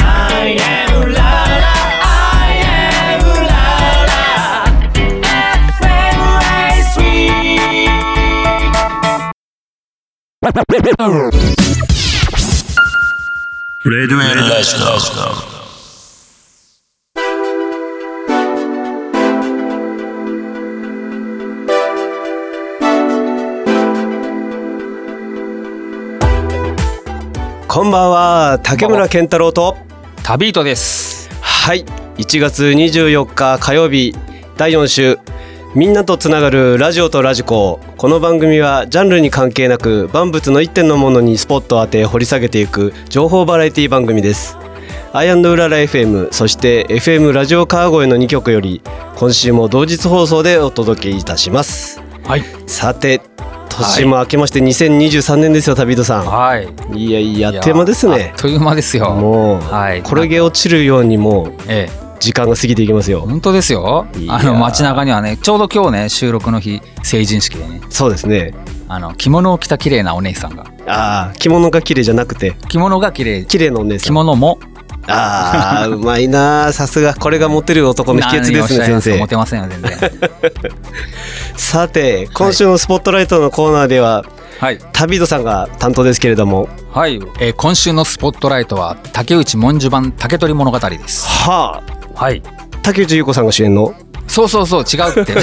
I am la la, I am la la. FM ライスウィークレディオエルライスのこんばんは竹村健太郎とタビートです。はい1月24日火曜日第4週みんなとつながるラジオとラジコこの番組はジャンルに関係なく万物の一点のものにスポットを当て掘り下げていく情報バラエティ番組ですアイアンドウララ FM そして FM ラジオ川越の2曲より今週も同日放送でお届けいたしますはい。さて年も明けまして2023年ですよ旅人さはい。んいやいやあっという間ですいやねあっという間ですよ。もう、はいこれげ落ちるようにもうええ。時間が過ぎていきますよ。本当ですよい。やーあの街中にはね、ちょうど今日ね、収録の日、成人式でね、そうですね。あの着物を着た綺麗なお姉さんが、ああ、着物が綺麗じゃなくて、着物が綺麗、綺麗なお姉さ着ん。あ物もあー、うまいなー。さすが、これがモテる男の秘訣ですね、何をおっ先しゃいますかモ生。テませんよ全 然。さて、今週のスポットライトのコーナーでは、はい。旅人さんが担当ですけれども、はい。えー今週のスポットライトは竹内文殊版竹取物語です。はあ、はい。竹内結子さんが主演の、そうそうそう違う って。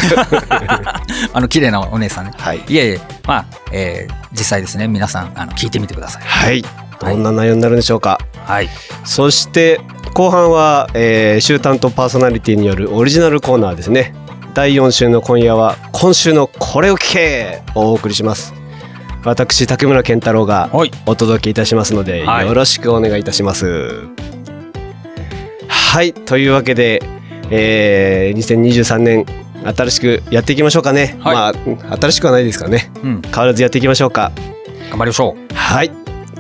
あの綺麗なお姉さんね。はい。いえいえ、まあ、えー実際ですね、皆さんあの聞いてみてください。はい。どんな内容になるんでしょうか。はい。そして、後半は、えー、週担当パーソナリティによるオリジナルコーナーですね。第4週の今夜は、今週のこれを聞けをお送りします。私、竹村健太郎がはい。お届けいたしますので、はいよろしくお願いいたします。はい、というわけで、えー、2023年、新しくやっていきましょうかね。はいまあ、新しくはないですからね。うん。変わらずやっていきましょうか。頑張りましょう。はい。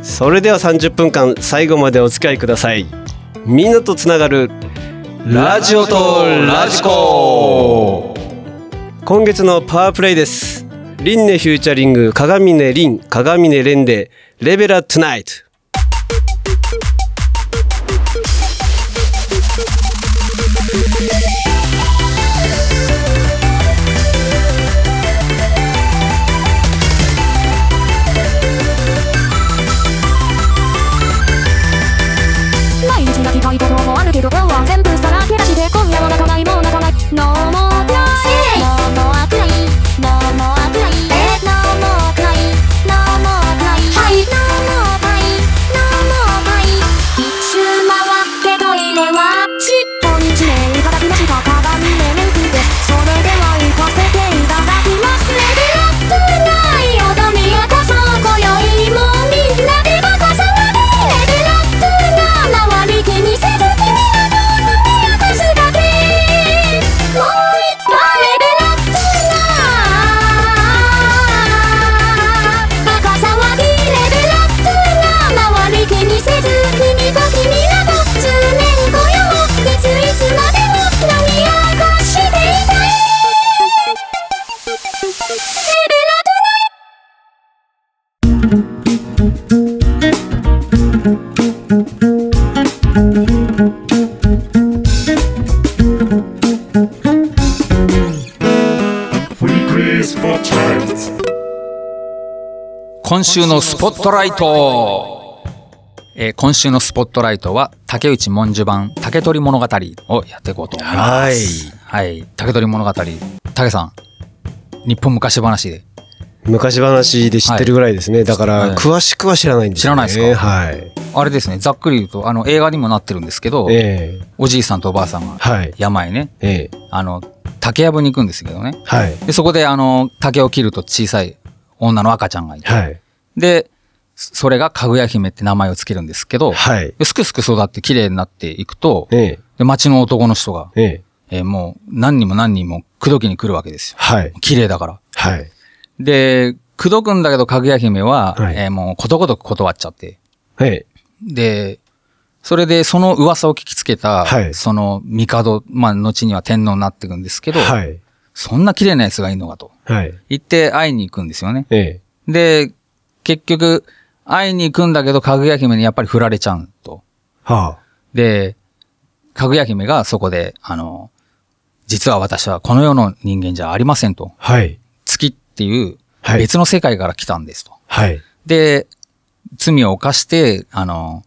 それでは30分間最後までお付き合いください。みんなとつながるラジオとラジコ。今月のパワープレイです。リンネフューチャリング鏡音リン鏡音レンでレベラトゥナイト。毎日がきたいこともあるけど今日は全部さらけ出して今夜は泣かないもう泣かない No more cry No more cry No more cry No more cry No more cry No more cry No more cry 一周回ってトイレは尻尾に地面いただきました鏡でメイクですそれでは行かせていただきますレベルアップない踊りをこそ今宵もみんなでバカさなでレベルアップな周り気にせず君らの胸を出すだけもう一回レベルアップなバカ騒ぎレベルアップな周り気にせず君と君らと数年後よいついつまでも何を起こしていたい今週のスポットライトえー今週のスポットライトは竹内文殊版竹取物語をやっていこうと思います。はい。竹取物語。竹さん、日本昔話で。昔話で知ってるぐらいですね。だから、はい詳しくは知らないんですよ、ね。知らないですかはい。あれですね、ざっくり言うと、あの映画にもなってるんですけど、ええおじいさんとおばあさんがはい。山へね、ええあの、竹やぶに行くんですけどね。はい。で、そこであの、竹を切ると小さい女の赤ちゃんがいて、はい。で、それがかぐや姫って名前をつけるんですけど、はい。ですくすく育って綺麗になっていくと、ええで、町の男の人が、えええーもう何人も何人も口説きに来るわけですよ。はい。綺麗だから。はい。で、口説くんだけど、かぐや姫は、はいえーもうことごとく断っちゃって。ええで、それでその噂を聞きつけた、はいその帝、まあ、後には天皇になっていくんですけど、はい。そんな綺麗なやつがいいのかと。はい。言って会いに行くんですよね。ええで、結局、会いに行くんだけど、かぐや姫にやっぱり振られちゃうと。はで、かぐや姫がそこで、あの、実は私はこの世の人間じゃありませんと。はい。月っていうはい別の世界から来たんですと。はい。で、罪を犯して、あの、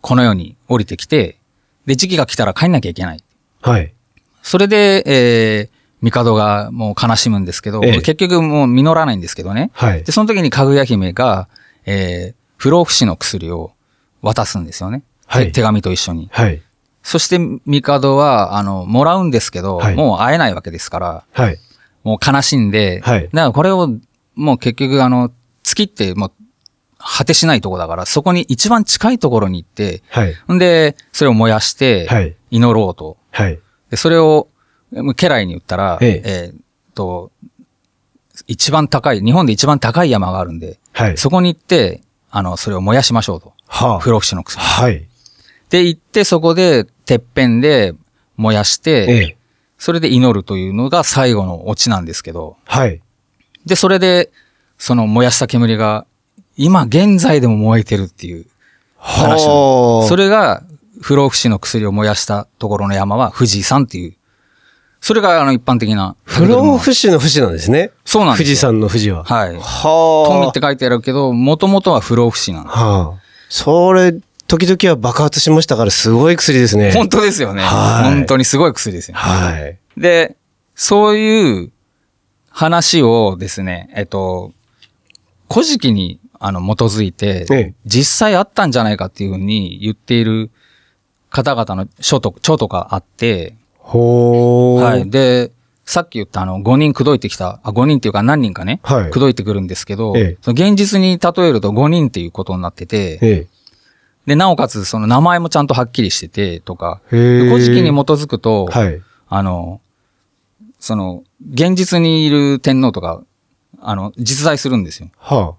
この世に降りてきて、で、時期が来たら帰んなきゃいけない。はい。それで、えー、帝がもう悲しむんですけど、ええ結局もう実らないんですけどね。はいで、。その時にかぐや姫が、えー、不老不死の薬を渡すんですよね。はい手手紙と一緒に。はい。そして、帝は、あの、もらうんですけど、はいもう会えないわけですから、はい。もう悲しんで、はいだからこれを、もう結局、あの、月ってもう、果てしないとこだから、そこに一番近いところに行って、はい。んで、それを燃やしてはい、祈ろうと。はい。で、それを、もう家来に言ったら、えええーっと、一番高い、日本で一番高い山があるんで、はい。そこに行って、あの、それを燃やしましょうと。は不老不死の薬。はい。で、行って、そこで、てっぺんで燃やして、ええ。それで祈るというのが最後のオチなんですけど、はい。で、それで、その燃やした煙が、今現在でも燃えてるっていう話なのおーそれが、不老不死の薬を燃やしたところの山は富士山っていう。それが、あの、一般的な。不老不死の不死なんですね。そうなんですよ富士山の富士は。はい。はあ。富って書いてあるけど、もともとは不老不死なの。はあ。それ、時々は爆発しましたから、すごい薬ですね。本当ですよね。はい本当にすごい薬ですよね。はい。で、そういう話をですね、えっと、古事記にあの基づいて、ええ実際あったんじゃないかっていうふうに言っている方々の書と書とかあって、ほー。はい。。で、さっき言ったあの、5人口説いてきた、あ、5人っていうか何人かね、はい口説いてくるんですけど、ええその現実に例えると5人っていうことになってて、えで、なおかつ、その名前もちゃんとはっきりしてて、とか、え。へでー古事記に基づくと、はい。あの、その、現実にいる天皇とか、あの、実在するんですよ。は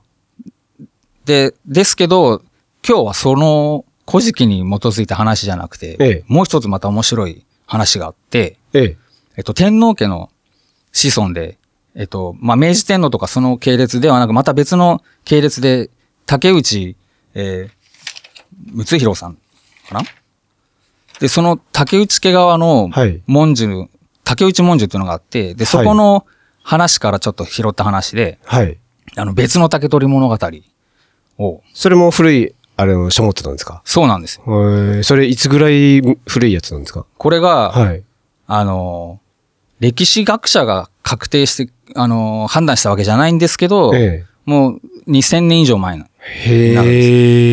で、ですけど、今日はその古事記に基づいた話じゃなくて、ええもう一つまた面白い話があって、ええ。えっと、天皇家の子孫で、えっと、まあ、明治天皇とかその系列ではなく、また別の系列で、竹内、えー、睦弘さんかなで、その竹内家側のはい文殊、竹内文殊っていうのがあって、で、そこの話からちょっと拾った話で、はい。あの、別の竹取物語を、それも古い、あれの書物なんですかそうなんですよ。えーそれいつぐらい古いやつなんですかこれが、はい。あの、歴史学者が確定して、あの、判断したわけじゃないんですけど、えもう2000年以上前な。え。へ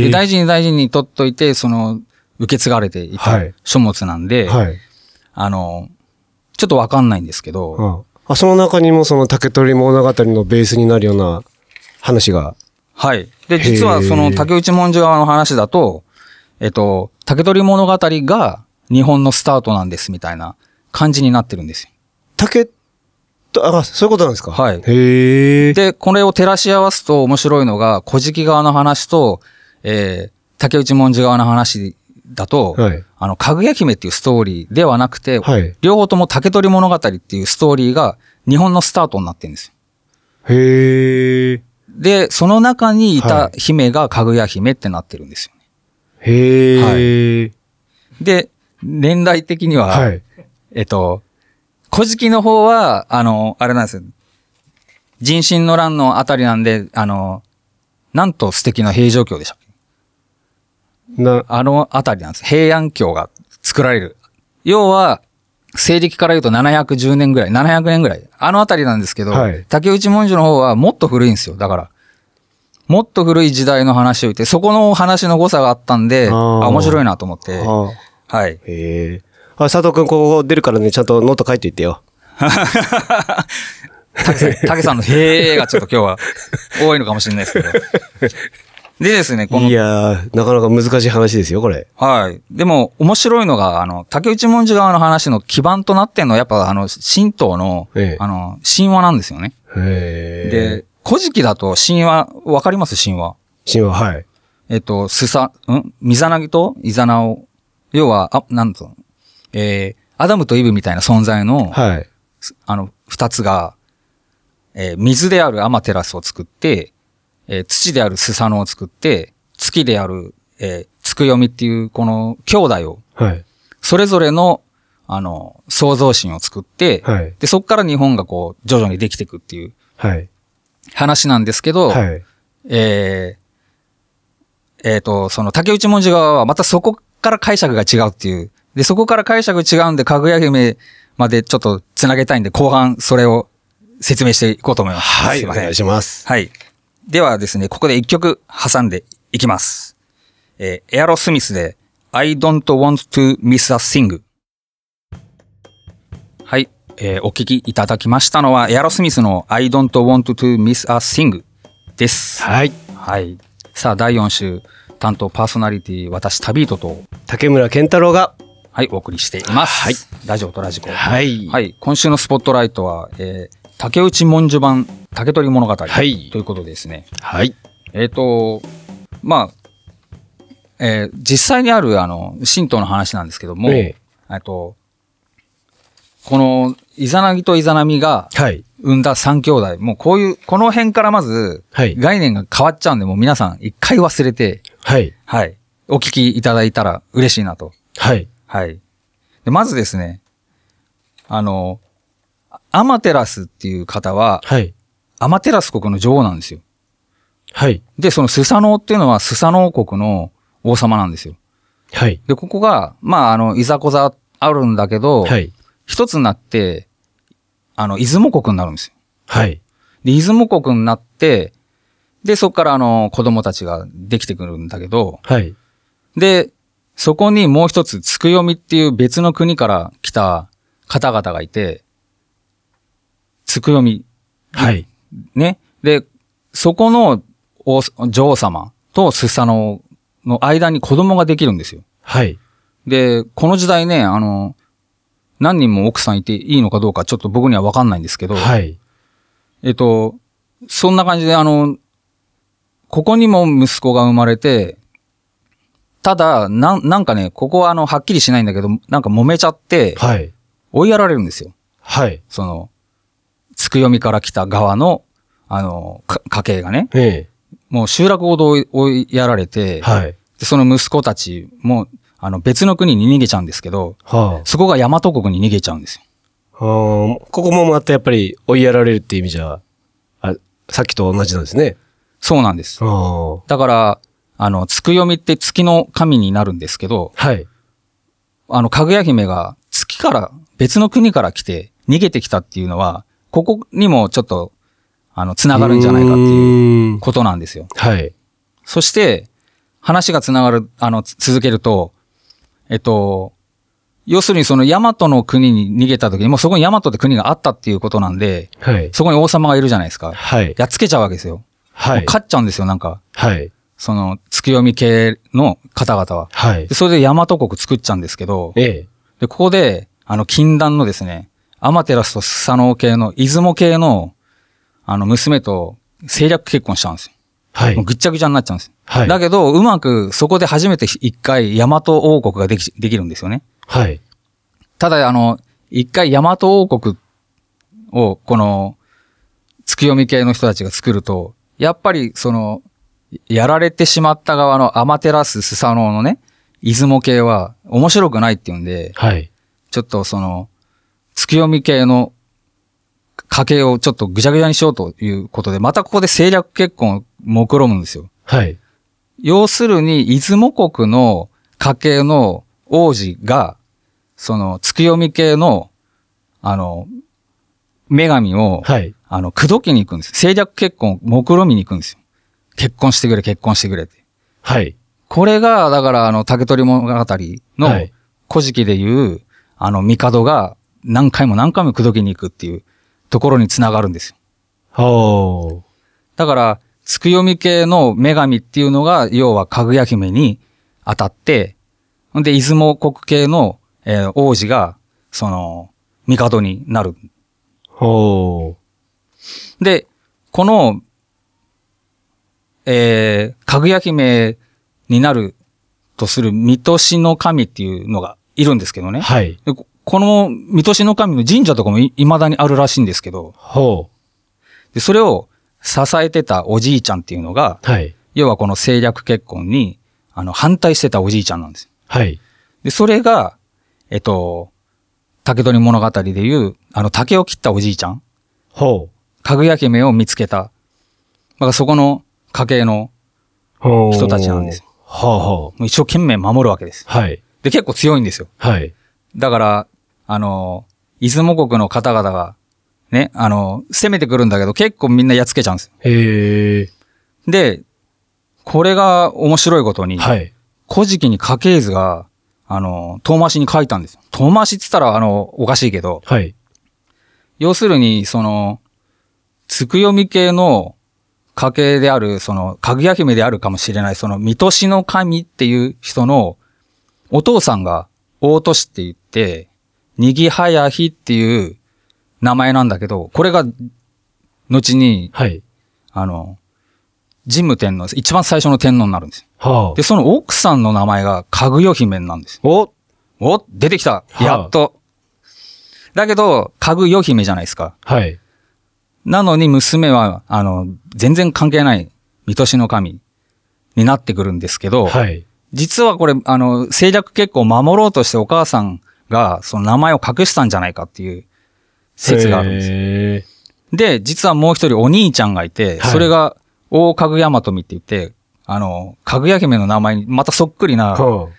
でえ。大事に大事に取っといて、その、受け継がれていたはい書物なんで、はい。あの、ちょっとわかんないんですけど、はあ、その中にもその竹取物語のベースになるような話が。はい。で、実へはーその竹内文書側の話だと、えっと、竹取物語が日本のスタートなんですみたいな感じになってるんですよ。竹、あ、そういうことなんですかはい。へえ。で、これを照らし合わすと面白いのが、古事記側の話と、えー、竹内文字側の話だと、はいあの、かぐや姫っていうストーリーではなくて、はい両方とも竹取物語っていうストーリーが日本のスタートになってるんですよ。へえ。で、その中にいたは姫がかぐや姫ってなってるんですよね。へえ。で、年代的には、はい。えっと、古事記の方は、あの、あれなんですよ。人心の乱のあたりなんで、あの、なんと素敵な平城京でしたっけな、あのあたりなんです。平安京が作られる。要は、西暦から言うと710年ぐらい、700年ぐらい。あのあたりなんですけど、はい竹内文書の方はもっと古いんですよ。だから、もっと古い時代の話を言って、そこの話の誤差があったんで、ああー面白いなと思って。あはい。へえ。あ、佐藤くんここ出るからね、ちゃんとノート書いていってよ。竹さんのへーがちょっと今日は多いのかもしれないですけど。でですね、このい、やー、なかなか難しい話ですよ、これ。はい。でも面白いのが、あの、竹内文字側の話の基盤となってんのは、やっぱあの、神道の、ええあの、神話なんですよね。へえ。で、古事記だと神話、わかります神話。神話、はい。えっと、すさ、んミザナギとイザナを、要は、あ、なんと、えー、アダムとイブみたいな存在の、はい。あの、二つが、えー水であるアマテラスを作って、えー土であるスサノを作って、月である、えー、すく読みっていう、この兄弟を、はい。それぞれの、あの、創造心を作って、はい。で、そこから日本がこう、徐々にできていくっていうはい。話なんですけど、はい。えーえーと、その竹内文字側はまたそこから解釈が違うっていう。で、そこから解釈違うんで、かぐや姫までちょっと繋げたいんで、後半それを説明していこうと思います。はすい、まおせん願いします。はい。ではですね、ここで一曲挟んでいきます。えーエアロスミスで、I don't want to miss a thing。はい。えーお聞きいただきましたのは、エアロスミスの I don't want to miss a thing です。はい。はい。さあ、第4週、担当パーソナリティ、私、タビートと、竹村健太郎が。はい、お送りしています。はい。ラジオとラジコ。はい。い今週のスポットライトは、えー竹内文書版、竹取物語。はいということですね。はい。えっ、と、まあ、えー実際にある、あの、神道の話なんですけども、ええっと、この、イザナギとイザナミがえはい。生んだ三兄弟、もうこういう、この辺からまず、はい。概念が変わっちゃうんで、もう皆さん一回忘れて、はい。はい。お聞きいただいたら嬉しいなと。はい。はい。でまずですね、あの、アマテラスっていう方は、はい。アマテラス国の女王なんですよ。はい。で、そのスサノオっていうのはスサノオ国の王様なんですよ。はい。で、ここが、まあ、あの、いざこざあるんだけど、はい。一つになって、あの、出雲国になるんですよ。はい。で、出雲国になって、で、そこからあの、子供たちができてくるんだけど、はい。で、そこにもう一つ、つくよみっていう別の国から来た方々がいて、つくよみ、はい。ね。で、そこの王女王様とスサノオの間に子供ができるんですよ。はい。で、この時代ね、あの、何人も奥さんいていいのかどうかちょっと僕にはわかんないんですけど、はい。えっと、そんな感じで、あの、ここにも息子が生まれて、ただ、なん、なんかね、ここはあの、はっきりしないんだけど、なんか揉めちゃって、はい。追いやられるんですよ。はい。その、つくよみから来た側の、あの、か家系がね。えもう集落ごと追い追いやられて、え。はい。でその息子たちも、あの、別の国に逃げちゃうんですけど、はそこが大和国に逃げちゃうんですよ。あーここもまたやっぱり追いやられるっていう意味じゃ、あさっきと同じなんですね。そうなんです。あ。あだから、あの、つくよみって月の神になるんですけど、あ。はい。あの、かぐや姫が月から、別の国から来て逃げてきたっていうのは、ここにもちょっと、あの、繋がるんじゃないかっていういう。ことなんですよ。はい。そして、話が繋がる、あの、つ続けると、えっと、要するにそのヤマトの国に逃げた時に、もうそこにヤマトって国があったっていうことなんで、はい。そこに王様がいるじゃないですか。はい。やっつけちゃうわけですよ。はもうい。勝っちゃうんですよ、なんか。はい。その、月読み系の方々は。はいで。それでヤマト国作っちゃうんですけど、ええ。で、ここで、あの、禁断のですね、アマテラスとスサノオ系の、出雲系の、あの、娘と政略結婚しちゃうんですよ。はいもう。ぐっちゃぐちゃになっちゃうんですよ。はい。だけど、うまく、そこで初めて一回、ヤマト王国ができ、できるんですよね。はい。ただ、あの、一回、ヤマト王国を、この、月読み系の人たちが作ると、やっぱり、その、やられてしまった側のアマテラス、スサノオのね、出雲系は、面白くないっていうんで、はい。ちょっとその、月読み系の家系をちょっとぐちゃぐちゃにしようということで、またここで政略結婚を目論むんですよ。はい。要するに、出雲国の家系の王子が、その、月読み系の、あの、女神を、はい。あの、口説きに行くんです。政略結婚を目論みに行くんですよ。結婚してくれ、結婚してくれって。はい。これが、だから、あの、竹取物語の、はい古事記でいう、あの、帝が何回も何回も口説きに行くっていうところにつながるんですよ。おー。だから、つくよみ系の女神っていうのが、要はかぐや姫に当たって、んで、出雲国系の、えー王子が、その、帝になる。おー。で、この、えー、かぐや姫になるとする、三年の神っていうのがいるんですけどね。はい。でここの、三年の神の神社とかもい未だにあるらしいんですけど、ほでそれを支えてたおじいちゃんっていうのが、う。はい。要はこの政略結婚に、あの、反対してたおじいちゃんなんですよ。はい。で、それが、えっと、竹取物語でいう、あの、竹を切ったおじいちゃん、ほかぐや姫を見つけた、まあ、そこの家系のう。ほう。人たちなんです。ほうほう。もう一生懸命守るわけです。はい。で、結構強いんですよ。はい。だから、あの、出雲国の方々が、ね、あの、攻めてくるんだけど、結構みんなやっつけちゃうんですよ。へえ。で、これが面白いことに、はい。古事記に家系図が、あの、遠回しに書いたんですよ。遠回しって言ったら、あの、おかしいけど、はい。要するに、その、つくよみ系の家系である、その、かぐや姫であるかもしれない、その、みとしの神っていう人の、お父さんが、大都市って言って、にぎはやひっていう名前なんだけど、これが、後に、はい。あの、神武天皇、一番最初の天皇になるんですよ。はで、その奥さんの名前が、かぐよ姫なんですよ。あ。おお出てきたはいやっと。だけど、かぐよ姫じゃないですか。はい。なのに娘は、あの、全然関係ない、三年の神になってくるんですけど、はい。実はこれ、あの、政略結構守ろうとしてお母さんが、その名前を隠したんじゃないかっていう説があるんですよ。へで、実はもう一人お兄ちゃんがいて、はいそれが、大かぐやまとみって言って、あの、かぐや姫の名前にまたそっくりーな、ほ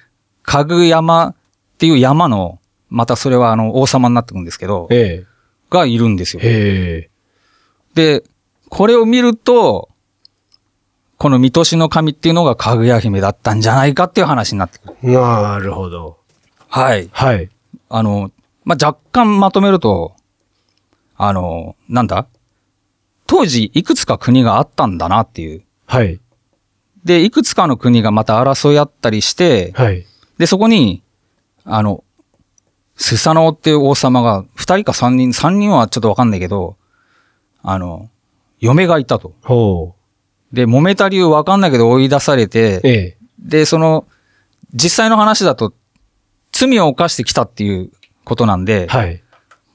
かぐ山っていう山の、またそれはあの王様になってくるんですけどう。、えがいるんですよ。え。へえ。で、これを見ると、この三年の神っていうのがかぐや姫だったんじゃないかっていう話になってくる。なるほど。はい。はい。あの、まあ、若干まとめると、あの、なんだ当時いくつか国があったんだなっていう。はい。で、いくつかの国がまた争いあったりして、はい。で、そこに、あの、スサノオっていう王様が、二人か三人、三人はちょっとわかんないけど、あの、嫁がいたと。ほで、揉めた理由わかんないけど追い出されう。て、ええ。で、その、実際の話だと、罪を犯してきたっていうことなんで、はい。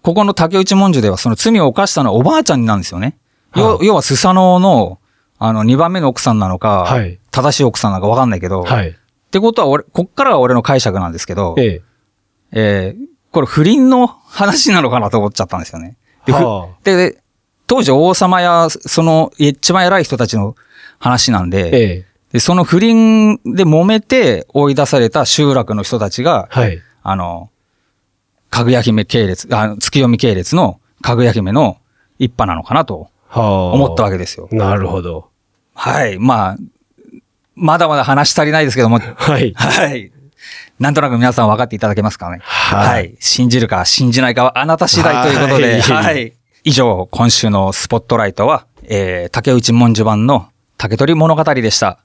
ここの竹内文書ではその罪を犯したのはおばあちゃんなんですよね。はよい要はスサノオの、あの、二番目の奥さんなのか、はい正しい奥さんなのかわかんないけど、はい。ってことは俺、こっからは俺の解釈なんですけど、ええ。えーこれ不倫の話なのかなと思っちゃったんですよね。で、ふはあでで当時王様や、その、一番偉い人たちの話なんで、ええ。でその不倫で揉めて追い出された集落の人たちが、はい。あの、かぐや姫系列、あの、月読み系列のかぐや姫の一派なのかなとはあ。思ったわけですよ。なるほど。はい。まあ、まだまだ話足りないですけども、 はい。はい。なんとなく皆さん分かっていただけますかね。はい信じるか信じないかはあなた次第ということで、はいはい。以上、今週のスポットライトは、えー、竹内文書版の竹取物語でした。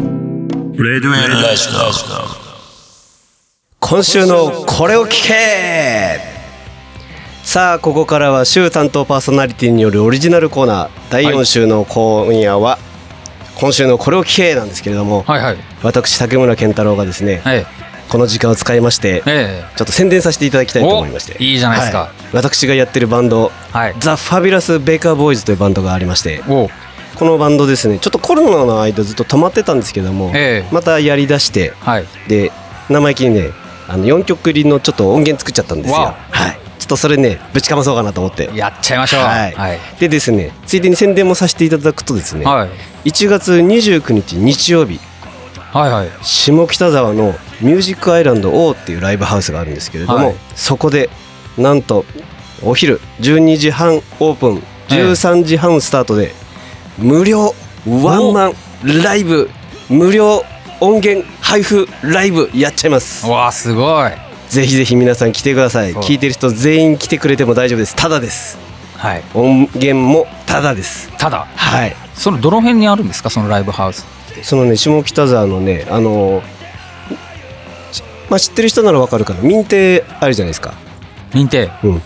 Redwell Laszlo. 今週のこれを聞けさあここからは週担当パーソナリティによるオリジナルコーナー第4週の今夜は、今週のこれを聞けなんですけれども、はいはい。私竹村健太郎がですね、はい。この時間を使いましてえちょっと宣伝させていただきたいと思いましておいいじゃないですかは私がやってるバンドえはい。ザ・ファビュラス・ベイカーボーイズというバンドがありましておこのバンドですねちょっとコロナの間ずっと止まってたんですけども、ええまたやりだしてはい。で生意気にねあの4曲入りのちょっと音源作っちゃったんですよわはいちょっとそれねぶちかまそうかなと思ってやっちゃいましょう。はいはい。でですねついでに宣伝もさせていただくとですね、はい。 1月29日日曜日はいはい。下北沢のミュージックアイランド O っていうライブハウスがあるんですけれども、はいそこでなんとお昼12時半オープン13時半スタートで無料ワンマンライブ無料音源配布ライブやっちゃいますうわあ、すごい。ぜひぜひ皆さん来てくださいそう聞いてる人全員来てくれても大丈夫ですただですはい。音源もただですただ、はいその、どの辺にあるんですかそのライブハウス。そのね下北沢のねあのしまあ知ってる人ならわかるかな民定あるじゃないですか認定。うん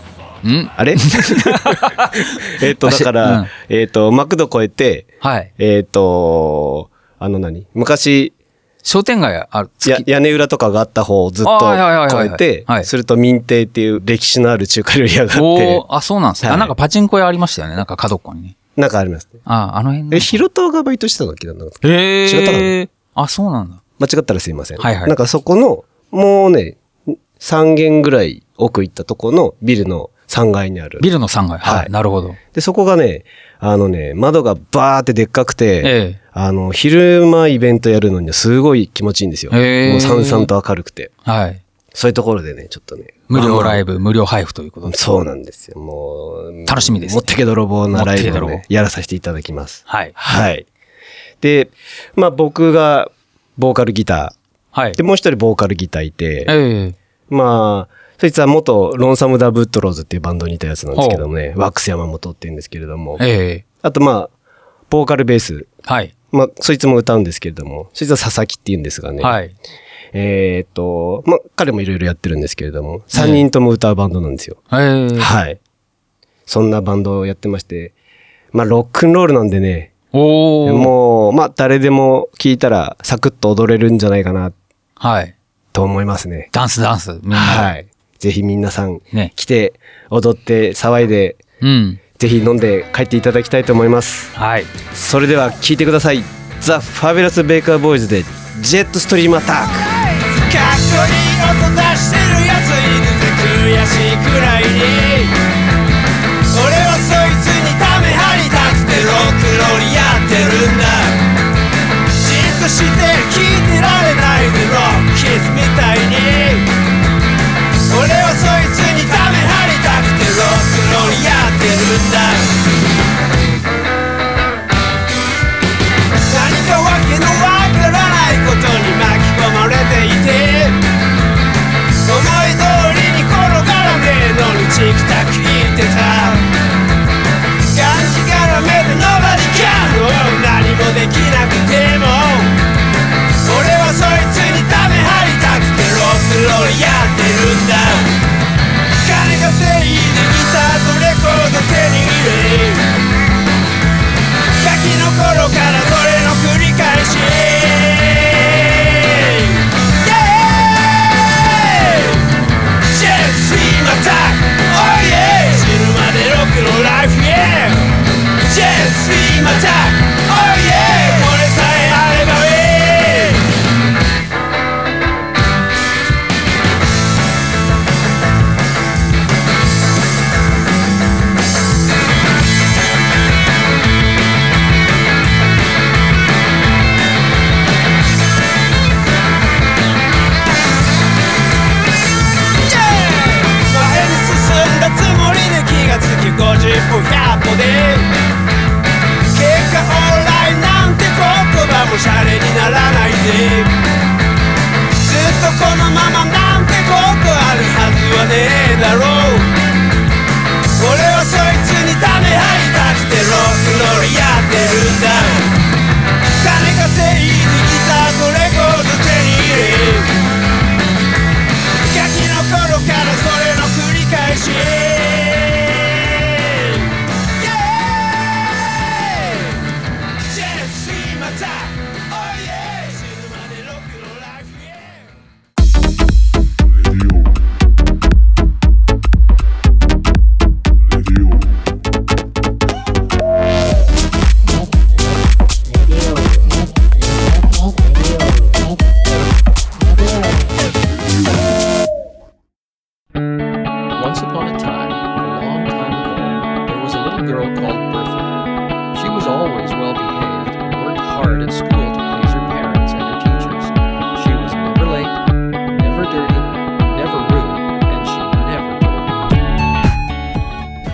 ん あれ えっとだかうらんえっとマクド超えてはい。えっとあの何昔、商店街ある。や月屋根裏とかがあった方をずっあとはいはいはいはい越えては、いすると民亭っていう歴史のある中華料理屋があっおてー、あ、そうなんですね。はあいなんかパチンコ屋ありましたよね。なんか角っこにね。なんかありますね。あ、あの辺のえ、。ヒロトがバイトしてた時なんだえ違ったかー。あ、そうなんだ。間違ったらすいません。はいはいなんかそこの、もうね、3軒ぐらい奥行ったとこのビルの3階にある。ビルの3階。は。はいいなるほど。で、そこがね、あのね、窓がバーってでっかくて、えあの、昼間イベントやるのにはすごい気持ちいいんですよ。へーもうさんさんと明るくて。え。はい。そういうところでね、ちょっとね。無料ライブ。ブ、無料配布ということで。そうなんですよ。もう。楽しみですねもってけ泥棒なライもってブを、け泥ね、やらさせていただきます。はい。はい。で、まあ僕がボーカルギタはいー。で、。もう一人ボーカルギターいて、ええ。まあ、そいつは元ロンサム・ダ・ブットローズっていうバンドにいたやつなんですけどもね、ワックス山本って言うんですけれども、ええ。あとまあ、ボーカルベース、はい。まあ、そいつも歌うんですけれども、そいつは佐々木って言うんですがね、はい。えーっと、まあ、彼もいろいろやってるんですけれども、3人とも歌うバンドなんですよ。ええ。はい。そんなバンドをやってまして、まあ、ロックンロールなんでね、おー。もう、まあ、誰でも聴いたらサクッと踊れるんじゃないかなはい。と思いますね。ダンスダンス。みんな。。はいい。ぜひ皆さん、ね来て、踊って、騒いで、うん。ぜひ飲んで帰っていただきたいと思います。はい。それでは聴いてください。ザ・ファビュラス・ベイカー・ボーイズで、ジェットストリームアタックかっこいい音出してるやついるぜ悔しいくらいに俺はそいつにため張りたくてロックロールやってるんだじっとして聞いてられないでロックキスみたいに俺はそいつにため張りたくてロックロールやってるんだ何かわけのわからないことに巻き込まれていて思い通りに転がらねえのにチキタキ言ってたがんじがらめで Nobody can 何もできなくても俺はそいつにため張りたくてロックロールやってるんだ金がせいでギターとレコード手に入れガキの頃からそれの繰り返しイエーイジェッツインアタックオーイエー死ぬまでロックのライフイエージェッツインアタックオーイエーこれさえあればウェイ前に進んだつもりで気がつき50歩100歩で結果オンラインなんて言葉もシャレにならないぜずっとこのままなんてことあるはずはねえだろう俺はそいつにため張りたくてロックロールやってるんだ金稼いでギターとレコード手に入れガキの頃からそれの繰り返しイエーイジェッツインマタオイエーイ死ぬまでロックのライフイエーイ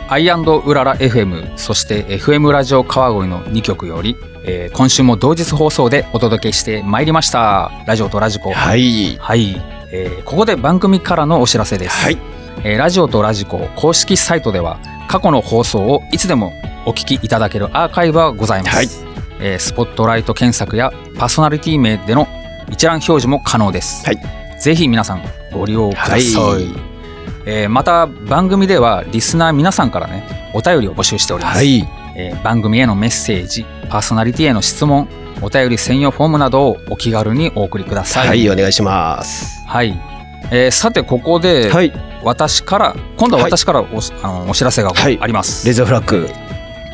アイウララ FM そして FM ラジオ川越の2曲より、えー今週も同日放送でお届けしてまいりましたラジオとラジコはい。はい、えーここで番組からのお知らせです、はいえーラジオとラジコ公式サイトでは過去の放送をいつでもお聞きいただけるアーカイブはございます、はいえースポットライト検索やパーソナリティ名での一覧表示も可能です、はいぜひ皆さんご利用ください、はいえーまた番組ではリスナー皆さんからねお便りを募集しております、はい。えー番組へのメッセージパーソナリティへの質問お便り専用フォームなどをお気軽にお送りくださいはい、お願いします。はいえーさてここで、はい、私から今度は私からお,、あのお知らせがはいあります、レザーフラッグ。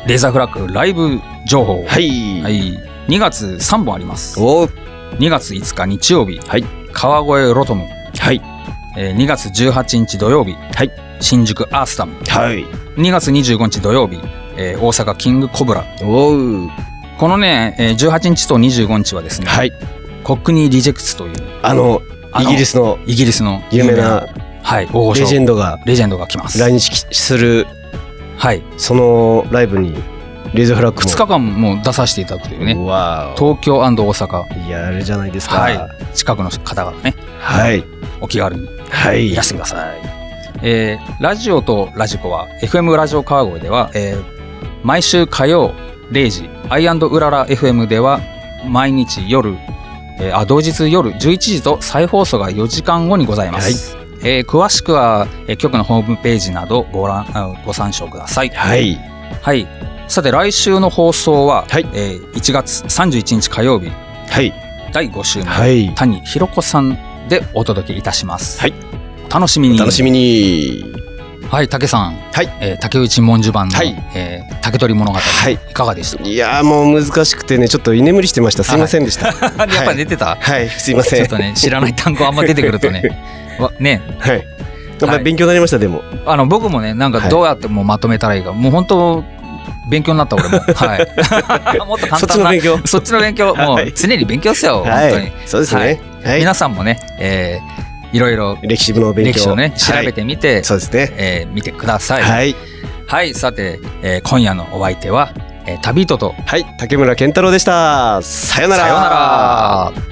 レーザーフラッグライブ情報、はいい。 2月3本ありますお2月5日日曜日、はい川越ロトム、はい。えー2月18日土曜日、はい新宿アースタムはい。 2月25日土曜日、えー大阪キングコブラおう。このね、えー18日と25日はですね、はい。コックニー・リジェクツというあの、あイのギリスのイギリスの有名なはい、大御所レジェンドがレジェンドが来ます。来日する、はい、そのライブに、レザーフラッグも。 2日間も出させていただくというね、わお。東京大阪、やるじゃないですか。はい、近くの方々ね、はい。お気軽にはい。いらしてください。えーラジオとラジコは、FM ラジオ川越では、えー毎週火曜0時、アイウララ FM では、毎日夜、えーあ、同日夜11時と再放送が4時間後にございます。えー詳しくは、えー局のホームページなどご覧あご参照ください。はい。はい。さて、来週の放送は、はいえー1月31日火曜日、はい。第5週の、はい。谷ひろ子さんでお届けいたします。はい。お楽しみおに。楽しみに。はい、竹さん。はいえー竹内文書版の、はいえー竹取物語、はいい、かがで したいやーもう難しくてね、ちょっと居眠りしてました。すいませんでした。はかやっぱ出てた、い、すいまちせょんっ。とね、知らない単語あんま出てくるとね。 わね、はい。まあ勉強になりました、でも。あの、僕もね、なんはかいどうやってもうまとめたらいいか、もう本当、勉強になった 俺も。はい。 もっと簡単な。そっちの勉強。そっちの勉強、もはうい常に勉強っすよ、は本当にい。。そうですね。はい。皆さんもね、えーいろいろ歴史部の勉歴史強をね、調べはいてみて、そうですね。えー見てください。はい、はい。さて、えー今夜のお相手は、えー旅人と、はい、竹村健太郎でした。さよなら。さようなら。